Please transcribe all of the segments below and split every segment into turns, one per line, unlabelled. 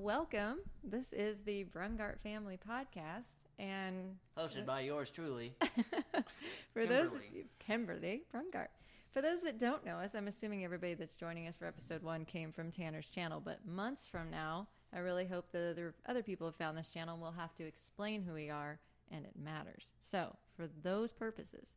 welcome. This is the Brungart Family Podcast, and
Hosted by yours truly.
for those of
Kimberly.
you, Kimberly Brungart. For those that don't know us, I'm assuming everybody that's joining us for episode one came from Tanner's channel. But months from now, I really hope that other other people have found this channel and will have to explain who we are, and it matters. So, for those purposes,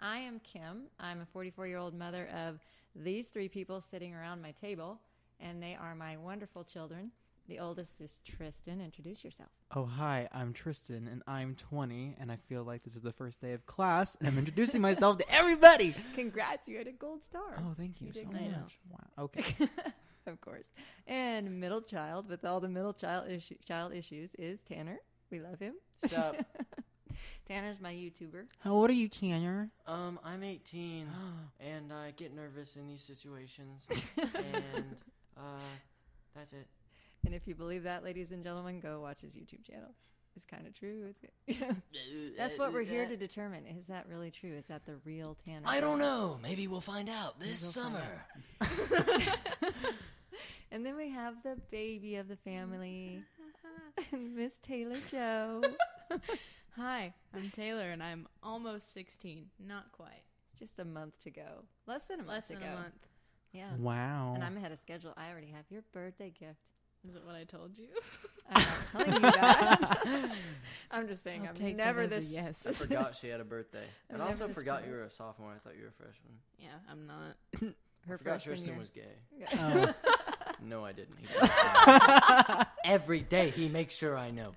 I am Kim. I'm a 44 year old mother of these three people sitting around my table, and they are my wonderful children. The oldest is Tristan. Introduce yourself.
Oh, hi, I'm Tristan, and I'm 20, and I feel like this is the first day of class, and I'm introducing myself to everybody!
Congrats, you had a gold star.
Oh, thank you,
You
so
did great. I know.
much. Wow. Okay.
of course. And middle child with all the middle child issue, child issues is Tanner. We love him.
Sup?
Tanner's my YouTuber.
How old are you, Tanner?
Um, I'm 18 and I get nervous in these situations. and uh, that's it.
And if you believe that, ladies and gentlemen, go watch his YouTube channel. It's kind of true. It's good. That's what we're here to determine. Is that really true? Is that the real Tanner?
I don't know. Maybe we'll find out this
Maybe we'll find
summer.
And then we have the baby of the family, Miss Taylor Joe.
Hi, I'm Taylor, and I'm almost 16. Not quite.
Just a month to go. Less than a month
Less
to
than
go.
a month.
Yeah.
Um, Wow.
And I'm ahead of schedule. I already have your birthday gift.
Is it what I told you?
I'm not telling you that. I'm just saying
I'll
I'm
take that
never
as a
this.
I
yes.
forgot she had a birthday. And
I've
also
never
forgot you
discovered-
were a sophomore. I thought you were a freshman.
yeah, I'm not.
I
Her
forgot
freshman
Tristan
year.
was gay.
Yeah.
Oh,
No, I didn't. He does. Every day he makes sure I know.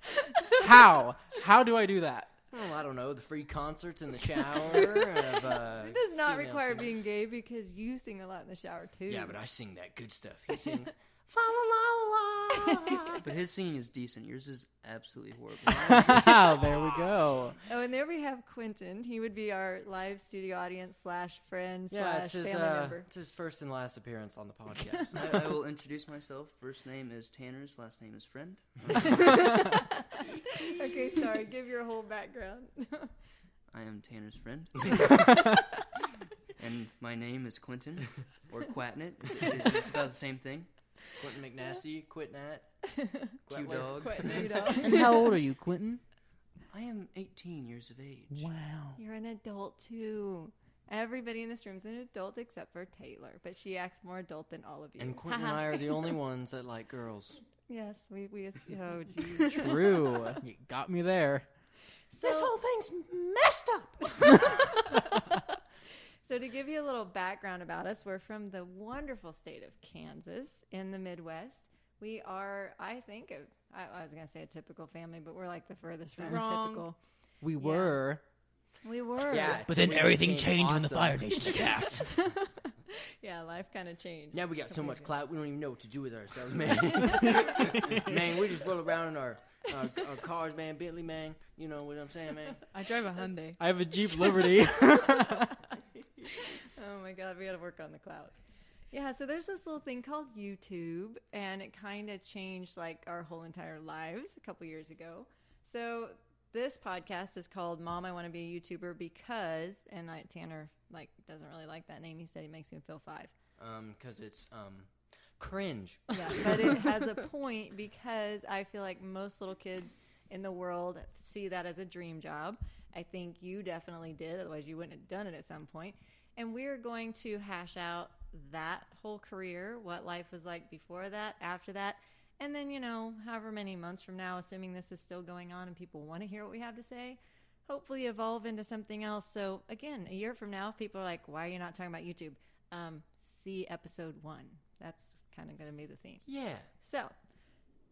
how? How do I do that?
Well, I don't know. The free concerts in the shower. of, uh,
It does not
female
require
singers.
being gay because you sing a lot in the shower too.
Yeah, but I sing that good stuff. He sings. "Fa la la la."
But his singing is decent. Yours is absolutely horrible.
there we go.
oh, and there we have Quentin. He would be our live studio audience slash friend
yeah,
slash
it's his,
family
uh,
member.
it's his first and last appearance on the podcast.
I, I will introduce myself. First name is Tanner's. Last name is Friend.
Okay, sorry. Give your whole background.
I am Tanner's friend. and my name is Quentin or Quatnit. It's, it's about the same thing.
Quentin McNasty, Quitnat,
Q
Quetler.
Dog.
Quentin, you know,
And how old are you, Quentin?
I am 18 years of age.
Wow.
you're an adult too. Everybody in this room's an adult except for Taylor, but she acts more adult than all of you.
And Quentin and I are the only ones that like girls.
yes, we we as- oh geez.
True. You got me there.
So-
thing's messed up.
So, to give you a little background about us, we're from the wonderful state of Kansas in the Midwest. We are, I think, a, I, I was going to say a typical family, but we're like the furthest from
Wrong.
typical.
We were.
We were.
Yeah, but then everything changed when the fire
Yeah, life kind of changed.
Now we got so much clout, we don't even know what to do with ourselves, man. man, we just roll around in our, our, our cars, man, Bentley, man. You know what I'm saying, man?
I drive a Hyundai.
I have a Jeep Liberty.
Oh my God, we got to work on the cloud. Yeah, so there's this little thing called YouTube, and it kind of changed like our whole entire lives a couple years ago. So this podcast is called "Mom, I Want to Be a YouTuber" because, and I, Tanner like doesn't really like that name. He said it makes him feel five.
Um, because it's um, cringe.
Yeah, but it has a point because I feel like most little kids in the world see that as a dream job. I think you definitely did, otherwise you wouldn't have done it at some point. And we're going to hash out that whole career, what life was like before that, after that, and then, you know, however many months from now, assuming this is still going on and people want to hear what we have to say, hopefully evolve into something else. So again, a year from now, if people are like, "Why are you not talking about YouTube?" Um, see episode one. That's kind of going to be the theme.
Yeah.
So,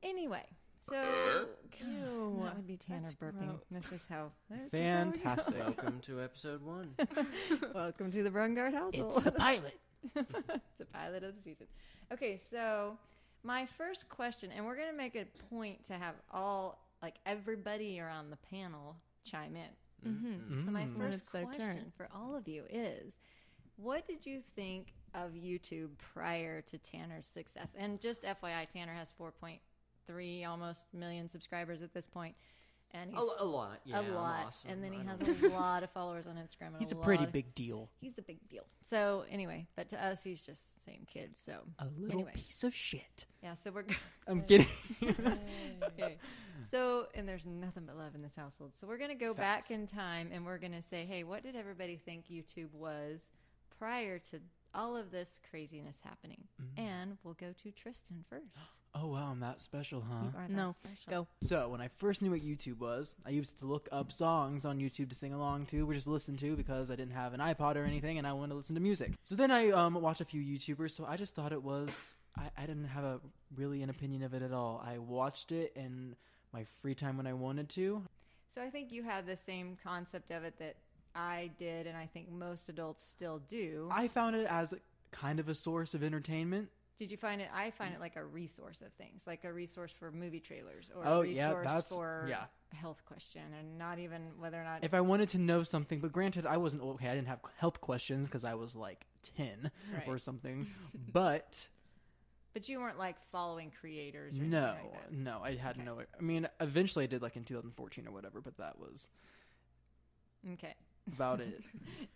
anyway, so God, that would be Tanner
That's
burping.
gross.
This is how. This
Fantastic.
Welcome to episode one.
Is how welcome to the Brungard household.
pilot.
it's a pilot of the season. Okay, so my first question, and we're going to make a point to have all, like everybody around the panel chime in.
Mm-hmm.
Mm-hmm.
So my
When
first
it's their
question
turn.
for all of you is, what did you think of YouTube prior to Tanner's success? And just FYI, Tanner has 4.3 almost million subscribers at this point. and he's
A, a lot, Oh, yeah,
a
I'm
lot,
awesome.
and then he
I
has
don't-
a lot of followers on Instagram. And
He's a
lot
pretty
of-
big deal.
He's a big deal. So anyway, but to us, he's just same kid. So
A little
Anyway.
piece of shit.
yeah, so we're
I'm kidding.
okay. So and there's nothing but love in this household. So we're gonna go
Facts.
back in time, and we're gonna say, hey, what did everybody think YouTube was prior to all of this craziness happening? And we'll go to Tristan first.
Oh wow, I'm that special, huh?
You are that
No,
special.
go.
So when I first knew what YouTube was, I used to look up songs on YouTube to sing along to, or just listen to, because I didn't have an iPod or anything, and I wanted to listen to music. So then I um, watched a few YouTubers. So I just thought it was. I, I didn't have a really an opinion of it at all. I watched it in my free time when I wanted to.
So I think you had the same concept of it that I did, and I think most adults still do.
I found it as kind of a source of entertainment.
Did you find it? I find it like a resource of things, like a resource for movie trailers or
Oh,
a
yeah,
resource
that's-
for
yeah.
a health question, and not even whether or not.
If I wanted to know something, but granted, I wasn't okay. I didn't have health questions because I was like ten
Right.
or something. But
but you weren't like following creators. Or anything
No,
like that.
no, I had
Okay.
no. I mean, eventually I did like in 2014 or whatever, but that was
Okay.
about it.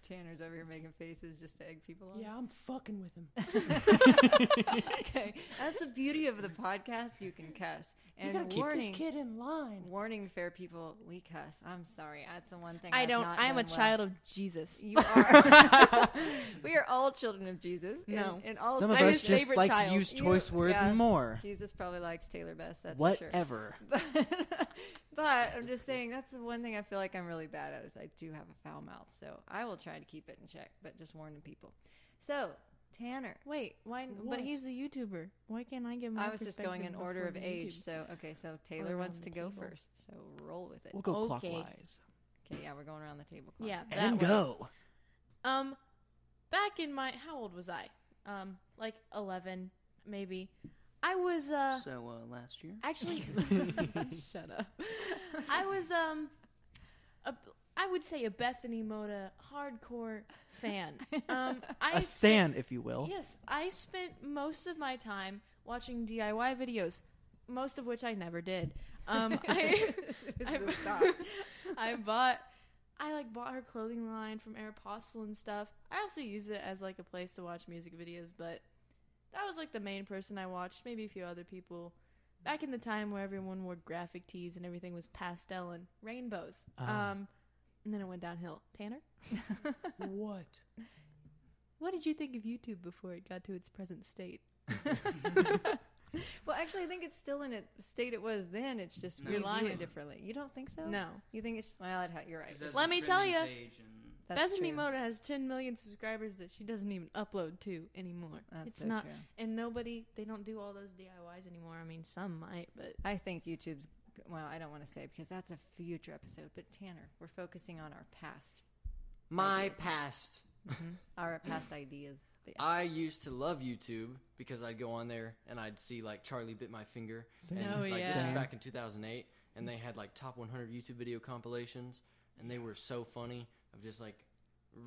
Tanner's over here making faces just to egg people on.
yeah, I'm fucking with him.
okay. That's the beauty of the podcast. You can cuss.
You
And
gotta keep
warning,
this kid in line.
warning, fair people, we cuss. I'm sorry. That's the one thing
I
I've
don't.
not
I am a
done well.
child of Jesus.
You are. we are all children of Jesus. and-
No.
and, all
Some of
I'm
sinners.
his
us just
favorite
like
child.
to use
You-
choice words
yeah.
more.
Jesus probably likes Taylor best. That's for sure.
Whatever.
But, but I'm just saying that's the one thing I feel like I'm really bad at is I do have a foul mouth, so I will try to keep it in check. But just warning people. So Tanner,
Wait, why?
What?
But he's the YouTuber. Why can't I give my
I was just going in
perspective
order
before
of
the
age.
YouTube?
So okay, so Taylor wants
around
to
the
go
table.
first. So roll with it.
We'll go
Okay.
clockwise
Okay, yeah, we're going around the table. clock.
Yeah,
and
that one.
go.
Um, back in my how old was I? Um, like eleven, maybe. I was uh
So uh, last year,
actually. shut up. I was um, a, I would say a Bethany Moda hardcore fan. Um, I
A
spent-
stand, if you will.
Yes, I spent most of my time watching DIY videos, most of which I never did. Um, I,
This
I,
is the thought.
I bought, I like bought her clothing line from Aeropostale and stuff. I also use it as like a place to watch music videos, but that was like the main person I watched. Maybe a few other people. Back in the time where everyone wore graphic tees and everything was pastel and rainbows.
Ah.
Um, and then it went downhill. Tanner,
what?
what did you think of YouTube before it got to its present state?
well, actually, I think it's still in a state it was then. It's just
No.
we
You're
view
lying.
it differely. You don't think so?
No.
You think it's well? I'd ha- You're right.
'Cause that's
Let
a
me tell
trending
ya.
page and-
That's
Bethany
true.
Moda has 10 million subscribers that she doesn't even upload to anymore.
That's
it's
so
not,
true.
and nobody they don't do all those DIYs anymore. I mean, some might, but
I think YouTube's well, I don't want to say because that's a future episode, but Tanner, we're focusing on our past,
My past.
our past ideas. But yeah.
I used to love YouTube because I'd go on there and I'd see like Charlie bit my finger. And,
Oh,
like, This
yeah.
is back in 2008, and they had like top 100 YouTube video compilations, and they were so funny of just like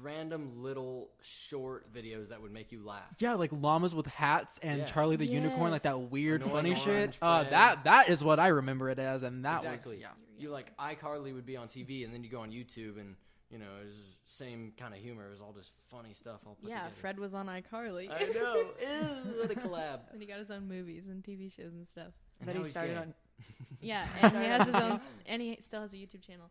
random little short videos that would make you laugh.
Yeah, like llamas with hats and
Yeah.
Charlie the unicorn, like that
Yes.
weird
Annoying
funny
orange
shit. Uh,
friend.
that that is what I remember it as, and that
exactly.
was yeah.
You like iCarly would be on TV, and then you go on YouTube, and you know it was same kind of humor. It was all just funny stuff all put
yeah,
together.
Fred was on iCarly.
I know. Ew, what a collab.
and he got his own movies and TV shows and stuff.
but
And now
he
he's
started
gay.
on.
Yeah, and he has his own, and he still has a YouTube channel.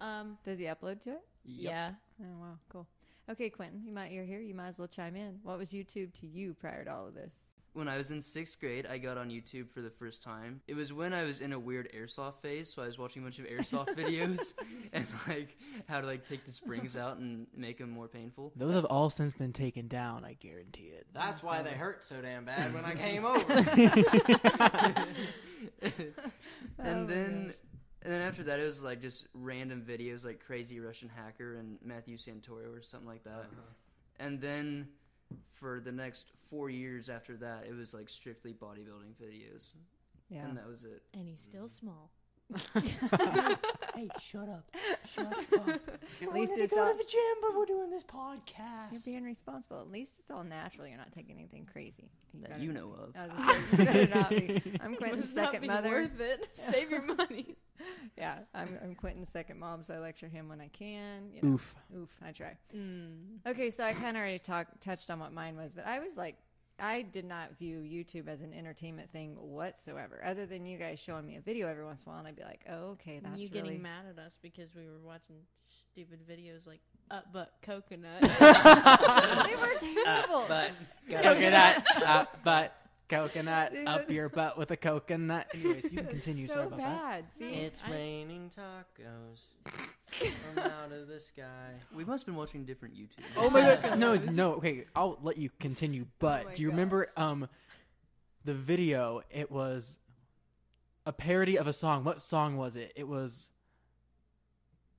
Um,
Does he upload to it?
Yep.
yeah,
Oh wow, cool. Okay, Quentin, you might you're here. You might as well chime in. What was YouTube to you prior to all of this?
When I was in sixth grade, I got on YouTube for the first time. It was when I was in a weird airsoft phase, so I was watching a bunch of airsoft videos and like how to like take the springs out and make them more painful.
Those have all since been taken down. I guarantee it.
That's why they hurt so damn bad when I came over.
Oh my
and then, and then after that, it was like just random videos like Crazy Russian Hacker and Matthew Santoro or something like that.
Uh-huh.
And then for the next four years after that, it was like strictly bodybuilding videos,
Yeah, Mm.
and that was it.
and he's still small.
Hey, shut up. Shut up.
At least it's all,
gym, but we're doing this podcast.
you're being responsible. At least it's all natural. You're not taking anything crazy.
that
better
you
not
know of.
be- I was gonna say, you better not be. I'm
Must
Quentin's
not
second
be
mother.
Worth it. Save your money.
Yeah, I'm, I'm Quentin's second mom, so I lecture him when I can. You know,
Oof.
oof, I try.
Mm.
Okay, so I kind of already talked touched on what mine was, but I was like, I did not view YouTube as an entertainment thing whatsoever, other than you guys showing me a video every once in a while, and I'd be like, oh, okay, that's
you
really.
getting mad at us because we were watching stupid videos like up but coconut. I
they were terrible.
Uh, But
Coconut.
coconut up butt. Coconut
See,
up
that's-
your butt with a coconut. Anyways, you can continue.
so
Sorry about that.
bad. See,
It's
I-
raining tacos from out of the sky.
We must have been watching different YouTube.
Oh my god. No, no. Okay, I'll let you continue. But
my
do you remember um the video? It was a parody of a song. What song was it? It was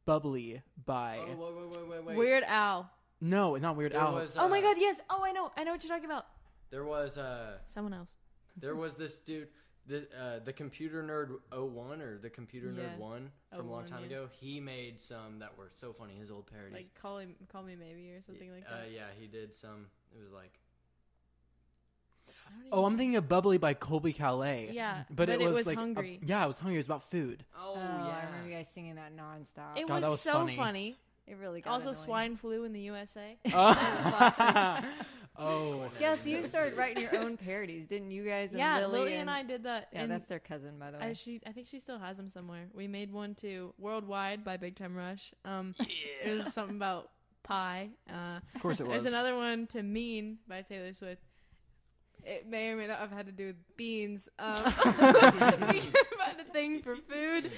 Bubbly by
Oh, wait, wait, wait, wait, wait.
Weird Al.
No, not Weird
There
Al.
was,
Oh my
uh,
god, yes. Oh, I know. I know what you're talking about.
There was uh
Someone else.
there was this dude this, uh, the computer nerd 01 or the computer
Yeah.
nerd 1 from a long
01,
time
yeah.
ago. He made some that were so funny his old parodies.
Like call him call me maybe or something like
Uh,
that.
yeah, he did some. It was like
I don't
Oh,
even-
I'm thinking of Bubbly by Colby Calais.
Yeah,
But, it, was, like a-
hungry.
yeah, it was hungry. It was about food.
Oh,
oh, I
yeah.
remember you guys singing that nonstop.
it
It,
God,
was,
that was
so
funny.
funny.
really got
Also,
annoying.
swine flu in the USA.
oh.
Yeah, so you started writing your own parodies, didn't you guys? And
yeah,
Lily,
Lily, and I did that.
Yeah,
and
that's their cousin, by the way.
I, she, I think she still has them somewhere. We made one too, worldwide by Big Time Rush. Um, it was something about pie. Uh,
Of course it was.
There's another one to Mean by Taylor Swift. It may or may not have had to do with beans. Um, we found a thing for food.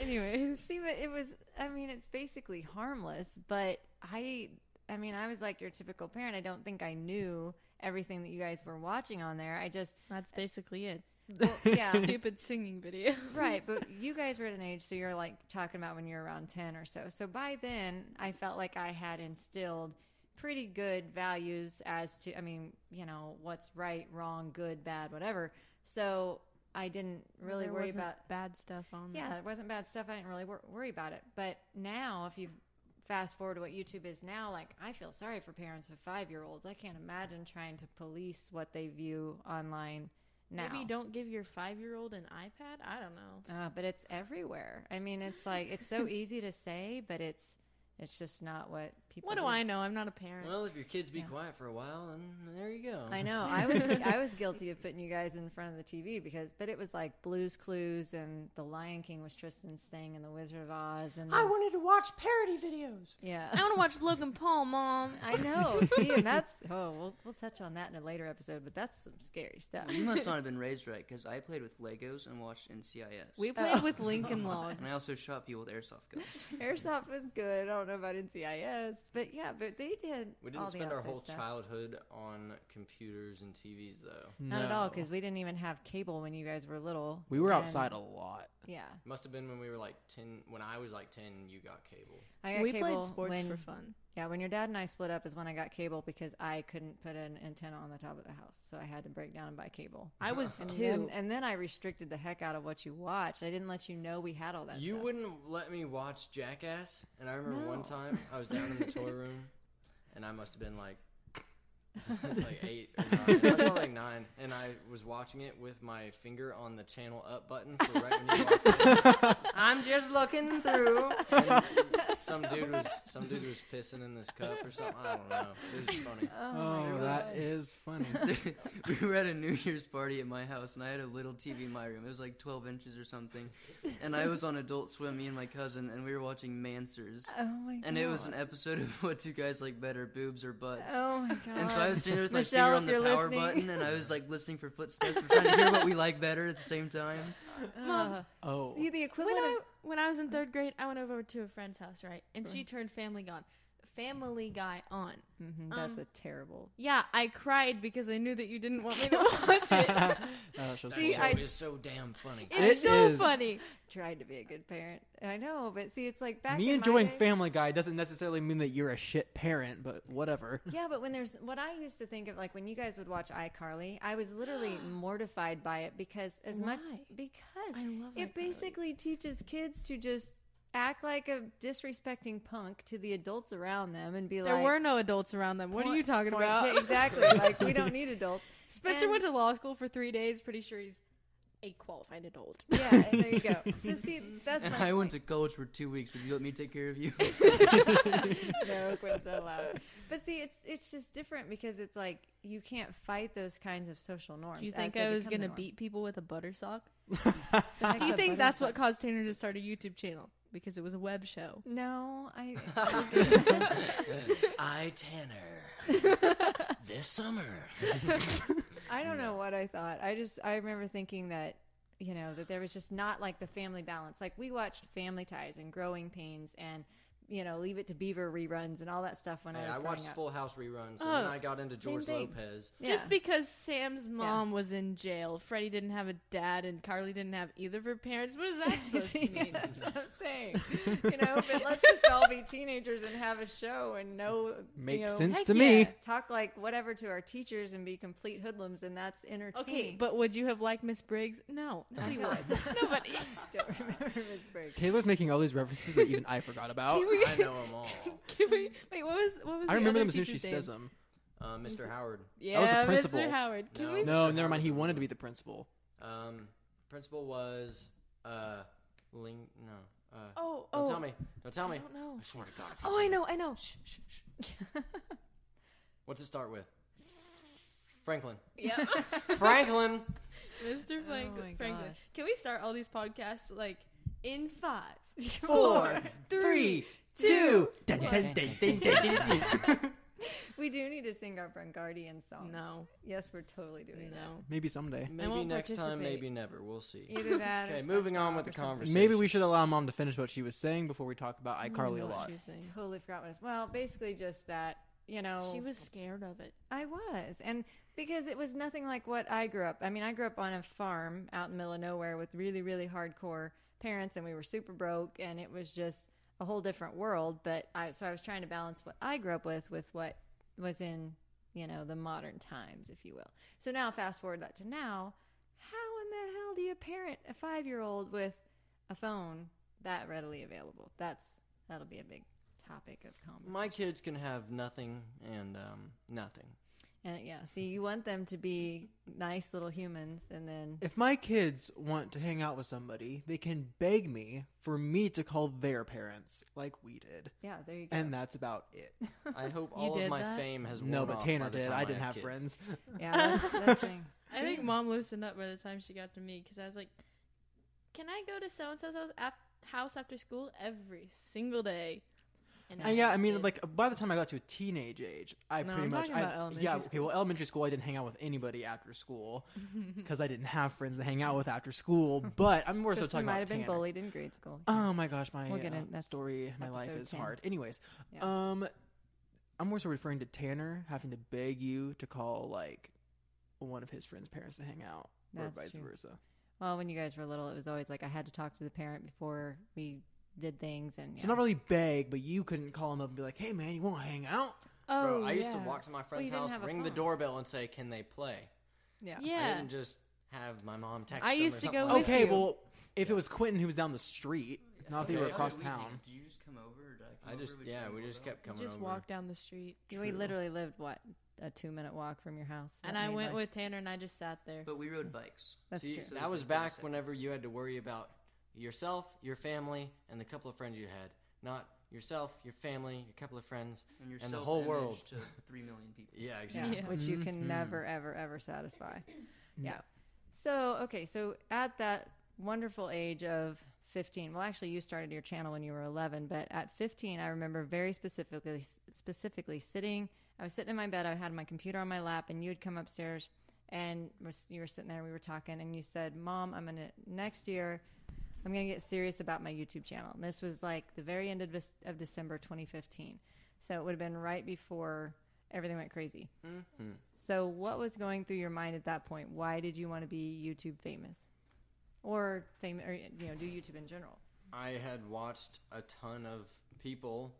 Anyways,
See, but it was, I mean, it's basically harmless, but I, I mean, I was like your typical parent. I don't think I knew everything that you guys were watching on there. I just,
that's basically it.
well, yeah,
Stupid singing video.
right. But you guys were at an age, so you're like talking about when you're around 10 or so. So by then, I felt like I had instilled pretty good values as to, I mean, you know, what's right, wrong, good, bad, whatever. So I didn't really
There
worry
wasn't
about
bad stuff on there.
yeah, it wasn't bad stuff. I didn't really wor- worry about it. But now, if you fast forward to what YouTube is now, like I feel sorry for parents of five year olds. I can't imagine trying to police what they view online now.
Maybe don't give your five year old an iPad. I don't know.
Uh, but it's everywhere. I mean, it's like it's so easy to say, but it's it's just not what people.
What do I know? I'm not a parent.
Well, if your kids be quiet for a while, then there you go.
I know. I was I was guilty of putting you guys in front of the TV because, but it was like Blue's Clues and The Lion King was Tristan's thing and The Wizard of Oz and
I wanted to watch parody videos.
yeah.
I want to watch Logan Paul, Mom.
I know. See, and that's oh, we'll we'll touch on that in a later episode, but that's some scary stuff.
You
Mm-hmm.
must not have been raised right because I played with Legos and watched NCIS.
We played with Lincoln Logs.
and I also shot people with airsoft guns.
Airsoft was good. I don't know about NCIS, but yeah, but they did. all
We didn't
the
spend our
outside
whole
stuff.
childhood on computers and TVs, though.
Not at all,
No.
because we didn't even have cable when you guys were little.
we were
and-
outside a lot.
Yeah,
Must have been when we were like ten. When I was like ten, you got cable.
I got
we
cable
played sports
when,
for fun.
Yeah, when your dad and I split up is when I got cable because I couldn't put an antenna on the top of the house, so I had to break down and buy cable.
I was
And
two.
then, and then I restricted the heck out of what you watched. I didn't let you know we had all that.
you
stuff.
wouldn't let me watch Jackass, and I remember one
No.
time I was down in the toy room, and I must have been like, like eight, or nine. I was probably like nine, and I was watching it with my finger on the channel up button for right when you walked in. I'm just looking through. And some dude was some dude was pissing in this cup or something. I don't know. It was funny.
Oh, my
Oh,
gosh.
that is funny.
we were at a New Year's party at my house, and I had a little TV in my room. It was like 12 inches or something. And I was on Adult Swim, me and my cousin, and we were watching Mansers.
Oh my god.
And it was an episode of What Two Guys Like Better, Boobs or Butts.
Oh my god.
And so I was sitting there with my
Michelle, if
finger on the
you're
power
listening.
button, and I was like listening for footsteps and trying to hear what we like better at the same time.
Uh,
Mom,
Oh.
see the
When
equivalent
I,
of
when I was in third grade, I went over to a friend's house, right? And she turned Family Guy, Family Guy on.
Mhm, that's
um,
a terrible.
Yeah, I cried because I knew that you didn't want me to watch it.
That show's
That
See,
show
I-
is so damn funny.
It's
It
so
is.
funny.
Tried to be a good parent. I know, but see, it's like back.
me
in
enjoying
my day,
Family Guy doesn't necessarily mean that you're a shit parent, but whatever.
Yeah, but when there's what I used to think of, like when you guys would watch iCarly, I was literally mortified by it because as much
Why?
because
I love
it
iCarly.
basically teaches kids to just act like a disrespecting punk to the adults around them and be
There
like,
were no adults around them. What are
point-
you talking
point
about?
to- exactly. Like we don't need adults.
Spencer
And-
went to law school for three days. Pretty sure he's a qualified adult.
Yeah, and there you go. So see, that's
and
my
I went
point.
to college for two weeks. Would you let me take care of you?
no, Quinn's not allowed. But see, it's it's just different because it's like you can't fight those kinds of social norms.
Do you
as
think
they
I was
become the
gonna
norm.
beat people with a butter sock?
The heck
Do you
is a
think that's
butterfly?
what caused Tanner to start a YouTube channel because it was a web show?
No, I.
I Tanner. this summer.
I don't know what I thought. I just I remember thinking that you know that there was just not like the family balance. Like we watched Family Ties and Growing Pains and you know Leave It to Beaver reruns and all that stuff when I
Hey,
was
I
growing
watched
up.
Full House reruns, and then
Oh,
I got into George
thing.
Lopez.
Yeah.
Just because Sam's mom was in jail, Freddie didn't have a dad, and Carly didn't have either of her parents. What is that supposed to
Yeah,
mean?
that's what I'm saying. You know, but let's just all be teenagers and have a show and know
Makes
you know,
sense
heck
to me.
yeah.
Talk like whatever to our teachers and be complete hoodlums, and that's entertaining.
Okay, but would you have liked Miss Briggs? No, nobody would. nobody.
don't remember Miss Briggs.
Taylor's making all these references that even I forgot about.
I know them all.
Can we- wait, what was what was?
I
the
remember
other
them as soon as she
teacher's name?
says them.
Uh, Mr. Howard.
Yeah,
was the principal.
Mr. Howard. Can
No.
we?
No, never mind. He wanted to be the principal.
Um, principal was uh, Ling. No. Uh,
Oh,
Don't
oh.
tell me. Don't tell me.
I don't know.
I swear to God. if you
Oh,
tell
I
me.
know, I know.
What's it start with? Franklin.
Yeah,
Franklin.
Mr. Frank-
my
Franklin.
gosh.
Can we start all these podcasts like in five?
Four, three, two. Dun, dun, dun, dun, dun, dun, dun.
We do need to sing our Brungardian song.
No,
Yes, we're totally doing
no.
Maybe someday.
Maybe
won't
next time.
participate.
Maybe never. We'll see.
that. Either that.
Okay,
or
moving on
SpongeBob
with the
or something.
conversation.
Maybe we should allow mom to finish what she was saying before we talk about
I don't
iCarly
know
a
what
lot.
She was, saying.
Totally forgot what it's. Well, basically just that. You
Oh,
know,
she was scared of it.
I was. And because it was nothing like what I grew up. I mean, I grew up on a farm out in the middle of nowhere with really, really hardcore parents and we were super broke and it was just a whole different world. But I so I was trying to balance what I grew up with with what was in, you know, the modern times, if you will. So now fast forward that to now, how in the hell do you parent a five year old with a phone that readily available? That's that'll be a big topic of conversation.
My kids can have nothing and um, nothing.
And yeah, see, you want them to be nice little humans, and then
If my kids want to hang out with somebody, they can beg me for me to call their parents, like we did,
yeah, there you go.
and that's about it.
I hope all of
did
my
that?
fame has worn
No, but
off
Tanner
by the
did.
time
I didn't have
kids.
friends.
yeah, that's, that's the thing.
I think mom loosened up by the time she got to me because I was like, "Can I go to so and so's house af- house after school every single day?" And
Uh,
And yeah, I
never
mean,
did.
like by the time I got to a teenage age, I
No,
pretty
I'm
much,
talking
I,
about elementary
yeah, okay. Well,
school.
elementary school, I didn't hang out with anybody after school because I didn't have friends to hang out with after school. But I'm more so
Tristan
talking
might
about
have been
Tanner.
bullied in grade school.
Oh my gosh, my
We'll get
uh,
in- that's
story, my life
episode
is
10.
hard. Anyways,
Yeah.
um, I'm more so referring to Tanner having to beg you to call like one of his friend's parents to hang out,
That's
or vice
true.
versa.
Well, when you guys were little, it was always like I had to talk to the parent before we did things, and yeah.
So not really beg, but you couldn't call him up and be like, "Hey man, you want to hang out?"
oh,
Bro, I used to
yeah.
walk to my
you
friend's
didn't have
house,
a
ring the
phone.
doorbell, and say, "Can they play?"
yeah.
I
Yeah,
didn't just have my mom text.
I
them or
used to go
something
with
like that.
okay,
you.
well, if it was Quentin who was down the street, not if they were
Okay.
across
Other week,
town.
Do you just come over? Or did I, come
I just
over?
yeah,
just
we
rolled
just
out?
kept
You
coming
just
over.
walked down the street,
We
True.
literally lived what a two-minute walk from your house,
and
That
I
made
went
life-
with Tanner, and I just sat there.
But we rode bikes.
That's
See,
true.
so
that
it's
was
like 30
back
seconds.
whenever you had to worry about yourself, your family, and the couple of friends you had. Not yourself, your family, your couple of friends.
and, your
and the whole
self-image
world.
to three million people.
Yeah,
yeah,
exactly.
Yeah.
which you
Mhm.
can never, ever, ever satisfy.
No.
Yeah. So okay, so at that wonderful age of 15, well, actually, you started your channel when you were 11, but at 15, I remember very specifically, specifically sitting. I was sitting in my bed. I had my computer on my lap, and you had come upstairs, and was- you were sitting there. We were talking, and you said, "Mom, I'm gonna next year." I'm going to get serious about my YouTube channel. And this was like the very end of, this, of December 2015. So it would have been right before everything went crazy. So, what was going through your mind at that point? Why did you want to be YouTube famous, or famous, or you know, do YouTube in general?
I had watched a ton of people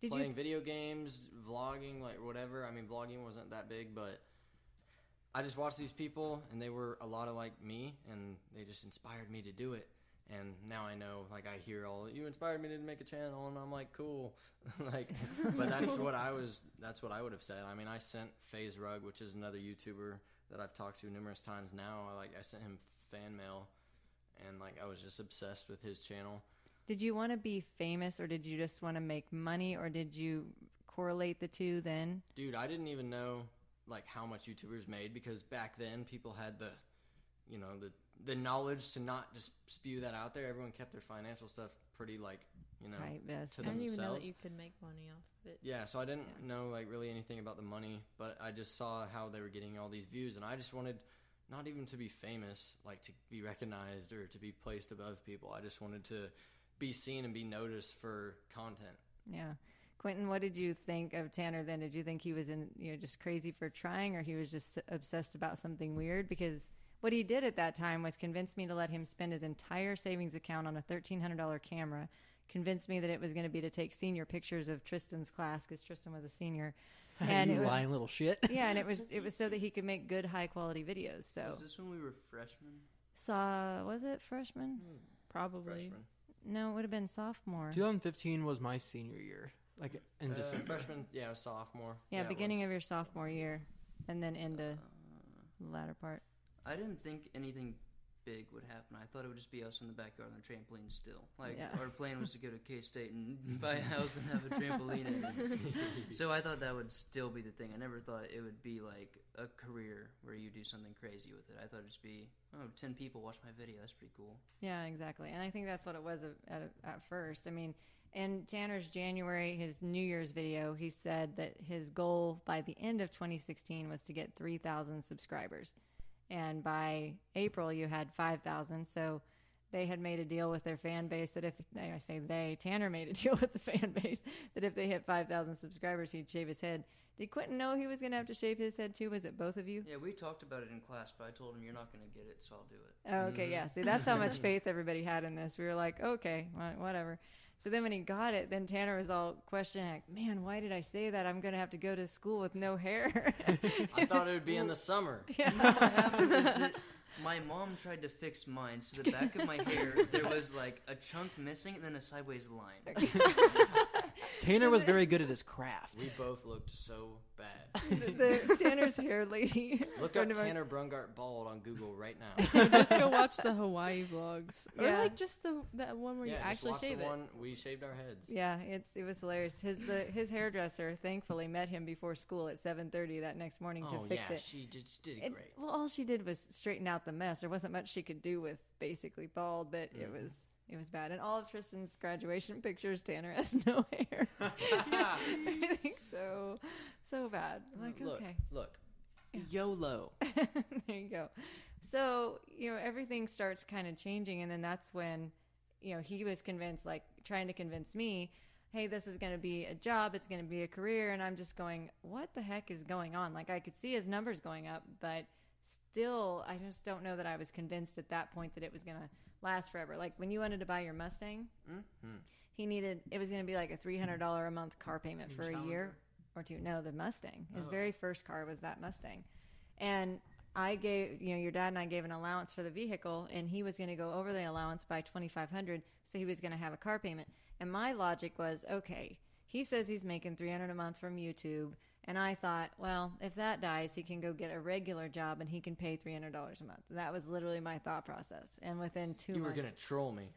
Did
playing
you?
video games, vlogging, like whatever. I mean, vlogging wasn't that big, but I just watched these people, and they were a lot of like me, and they just inspired me to do it. And now I know, like I hear all you inspired me to make a channel, and I'm like, cool, like. But that's what I was. That's what I would have said. I mean, I sent Phase Rug, which is another YouTuber that I've talked to numerous times now. I, Like I sent him fan mail, and like I was just obsessed with his channel.
Did you want to be famous or did you just want to make money or did you correlate the two then?
dude i didn't even know like how much youtubers made because back then people had the you know the the knowledge to not just spew that out there everyone kept their financial stuff pretty like you know
Right, yes.
to
I didn't even know that
themselves
you could make money off of it.
yeah so i didn't know like really anything about the money but i just saw how they were getting all these views and i just wanted not even to be famous like to be recognized or to be placed above people i just wanted to be seen and be noticed for content
Yeah. Quentin, what did you think of Tanner then? Did you think he was in, you know, just crazy for trying or he was just obsessed about something weird? Because what he did at that time was convince me to let him spend his entire savings account on a $1,300 camera, convinced me that it was going to be to take senior pictures of Tristan's class because Tristan was a senior. And
you
it was-
lying little shit.
yeah, and it was it was so that he could make good high quality videos. So
Was this when we were freshmen?
saw was it freshman?
Probably.
freshman
No, it would have been sophomore.
2015 was my senior year, like in
Uh,
December.
freshman yeah sophomore
yeah,
it
beginning of your sophomore year, and then into
Uh,
the latter part.
I didn't think anything big would happen. I thought it would just be us in the backyard on the trampoline still. Like
Yeah.
our plan was to go to K State and buy a house and have a trampoline. area. so I thought that would still be the thing. I never thought it would be like a career where you do something crazy with it. I thought it'd just be oh, 10 people watch my video. That's pretty cool.
Yeah, exactly. And I think that's what it was at, at, at first. I mean, in Tanner's January, his New Year's video, he said that his goal by the end of 2016 was to get 3,000 subscribers. And by April, you had 5,000. So they had made a deal with their fan base that if they, I say they, Tanner made a deal with the fan base that if they hit 5,000 subscribers, he'd shave his head. Did Quentin know he was going to have to shave his head too? Was it both of you?
Yeah, we talked about it in class, but I told him you're not going to get it, so I'll do it.
Oh, okay, yeah. See, that's how much faith everybody had in this. We were like, okay, wha- whatever. So then when he got it, then Tanner was all questioning, like, man, why did I say that? I'm going to have to go to school with no hair.
I thought it would be in the summer.
What happened was that my mom tried to fix mine, so the back of my hair there was like a chunk missing and then a sideways line.
Tanner was very good at his craft.
We both looked so bad.
the Tanner's hair lady.
Look up
friend of ours-
Tanner Brungart bald on Google right now.
Or just go watch the Hawaii vlogs, or
Yeah.
like just the that one where
yeah,
you
just
actually
watch the
shave it.
one we shaved our heads.
Yeah, it's it was hilarious. His the his hairdresser thankfully met him before school at 7:30 that next morning
Oh
to fix
yeah,
it.
she just did
It-
great.
well, all she did was straighten out the mess. There wasn't much she could do with basically bald, but it
Mm-hmm.
was it was bad. And all of Tristan's graduation pictures, Tanner has no hair. I think so so bad. I'm like
look,
okay,
look, YOLO.
there you go. So you know everything starts kind of changing, and then that's when you know he was convinced, like trying to convince me. Hey, this is going to be a job. It's going to be a career. And I'm just going, what the heck is going on? Like, I could see his numbers going up, but still, I just don't know that I was convinced at that point that it was going to last forever. Like, when you wanted to buy your Mustang, he needed, it was going to be like a $300 a month car payment for a year or two. No, the Mustang. His
Oh.
very first car was that Mustang. And I gave, you know, your dad and I gave an allowance for the vehicle, and he was going to go over the allowance by 2500 So he was going to have a car payment. And my logic was okay, he says he's making 300 a month from YouTube. And I thought, well, if that dies, he can go get a regular job and he can pay $300 a month. That was literally my thought process. And within two
You were
months.
gonna troll me.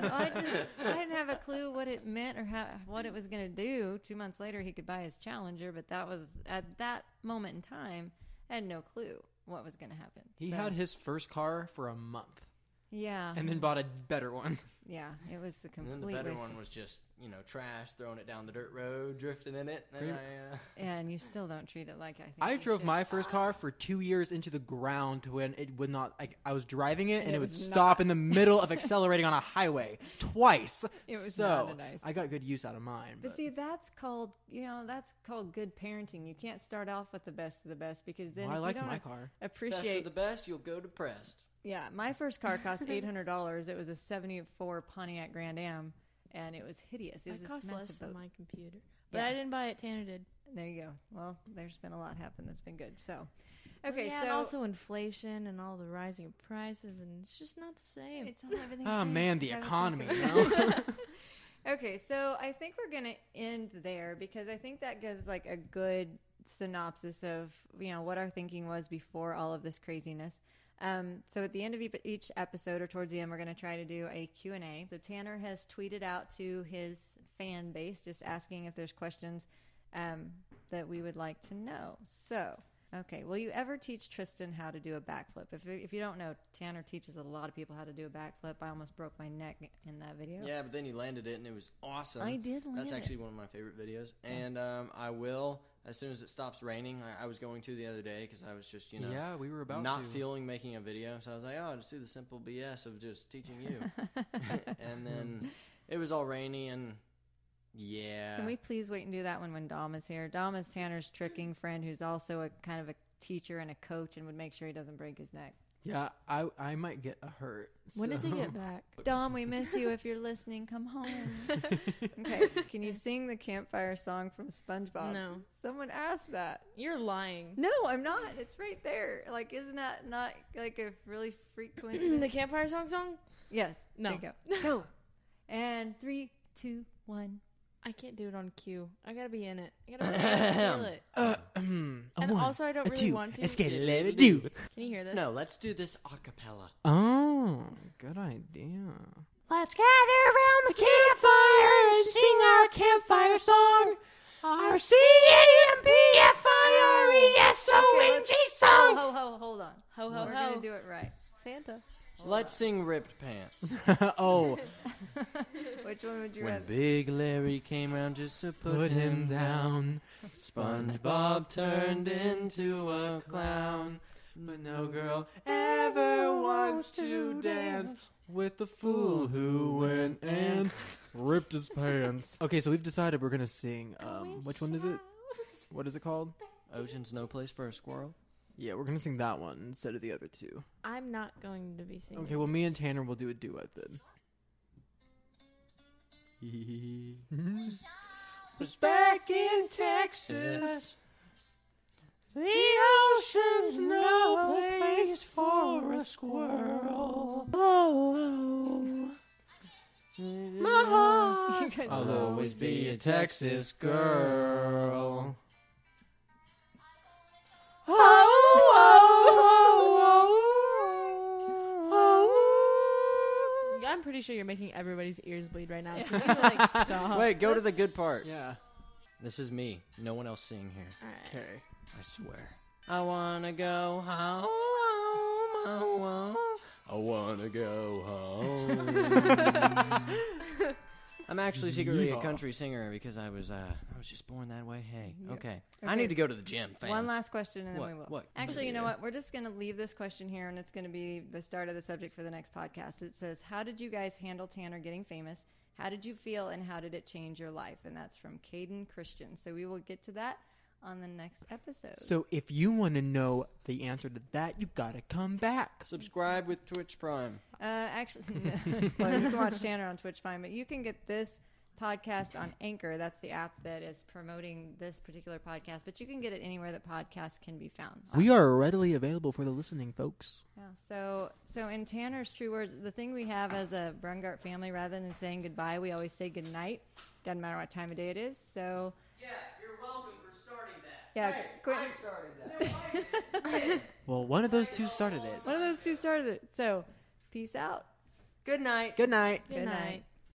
I just I didn't have a clue what it meant or how what it was going to do. Two months later, he could buy his Challenger, but that was at that moment in time, I had no clue what was going to happen.
He
So,
had his first car for a month
yeah,
and then bought a better one.
yeah. It was a
And then
complete
the better
waste.
one
of-
was just you know trash, throwing it down the dirt road, drifting in it. Then
Pretty-
I, uh,
and you still don't treat it like I think
I
you
drove
should.
my first car for two years into the ground to when it would not. Like, I was driving it and,
it
it would
was
stop
not-
in the middle of accelerating on a highway twice.
It was
so
not a nice-
I got good use out of mine.
But
But
see, that's called you know that's called good parenting. You can't start off with the best of the best because then
Well, I
if
liked
you don't
my
ap-
car.
best
Appreciate
of the best, you'll go depressed.
Yeah, my first car cost eight hundred dollars. It was a '74 Pontiac Grand Am, and it was hideous. It was
It
this
cost less
massive
than
boat.
my computer, but
Yeah.
I didn't buy it. Tanner did.
There you go. Well, there's been a lot happen that's been good. So, Okay,
yeah,
so
and also inflation and all the rising prices, and it's just not the same.
it's not everything.
Ah,
changed
man,
since
the
I was
economy,
thinking.
you
okay, so I think we're gonna end there because I think that gives like a good synopsis of you know what our thinking was before all of this craziness. Um, so at the end of e- each episode or towards the end, we're going to try to do a Q&A. So Tanner has tweeted out to his fan base, just asking if there's questions um, that we would like to know. So, okay, will you ever teach Tristan how to do a backflip? If, if you don't know, Tanner teaches a lot of people how to do a backflip. I almost broke my neck in that video.
Yeah, but then he landed it and it was awesome.
I did land
That's
it.
actually one of my favorite videos. And um, I will, as soon as it stops raining, I, I was going to the other day because I was just, you know,
yeah, we were about
not
to.
feeling making a video. So I was like, oh, I'll just do the simple BS of just teaching you. and then it was all rainy and yeah.
Can we please wait and do that one when Dom is here? Dom is Tanner's tricking friend who's also a kind of a teacher and a coach and would make sure he doesn't break his neck.
yeah, I I might get a hurt.
When does he
so-
get back?
Dom, we miss you. If you're listening, come home. okay. Can you sing the campfire song from SpongeBob?
No.
Someone asked that.
You're lying.
No, I'm not. It's right there. Like, isn't that not like a really freak coincidence?
the campfire song song?
yes.
No.
There you go. go. And three, two, one.
I can't do it on cue. I gotta be in it. I gotta feel it.
Uh, um, a
And
one,
also, I don't
a
really
two.
want to.
Let's get it, let it do.
Can you hear this?
No, let's do this a cappella.
Oh, good idea.
Let's gather around the campfire and sing our campfire song. Our C A M P F I R E S O N G
Ho,
song.
ho, ho. Hold on.
Ho ho
We're going
ho!
to do it right.
Santa.
Let's sing Ripped Pants.
oh,
Which one would you
when
rather?
Big Larry came round just to put,
put him down.
SpongeBob turned into a clown.
But no girl ever wants to dance with the fool who went and ripped his pants. Okay, so we've decided we're gonna sing. Um, which one is it? What is it called?
Ocean's no place for a squirrel.
Yeah, we're gonna sing that one instead of the other two.
I'm not going to be singing.
Okay, well, me and Tanner will do a duet then.
was back in Texas. The ocean's no place for a squirrel. Oh, my heart.
I'll always be a Texas girl.
Oh, oh, oh, oh,
I'm pretty sure you're making everybody's ears bleed right now. Can you, like, stop?
Wait, go to the good
oh.
part.
Yeah.
This is me. No one else singing here.
All right.
Okay.
I swear. I wanna go home. home, home. I wanna go home. I'm actually secretly a
Yeehaw.
country singer because I was uh, I was just born that way. Hey, okay. I
Okay.
need to go to the gym. Fam.
One last question and then
What?
we will.
What?
Actually, you know what? We're just going to leave this question here and it's going to be the start of the subject for the next podcast. It says, How did you guys handle Tanner getting famous? How did you feel and how did it change your life? And that's from Caden Christian. So we will get to that on the next episode.
So if you want to know the answer to that, you gotta come back.
Subscribe with Twitch Prime.
uh, actually, well, you can watch Tanner on Twitch fine, but you can get this podcast on Anchor. That's the app that is promoting this particular podcast, but you can get it anywhere that podcasts can be found.
We are readily available for the listening, folks.
Yeah. So, so in Tanner's true words, the thing we have as a Brungart family, rather than saying goodbye, we always say good night. Doesn't matter what time of day it is. So,
Yeah, you're welcome for starting that.
yeah, Quentin-
started that.
Well, one of those two started it.
one of those two started it. So, peace out.
Good night.
Good night.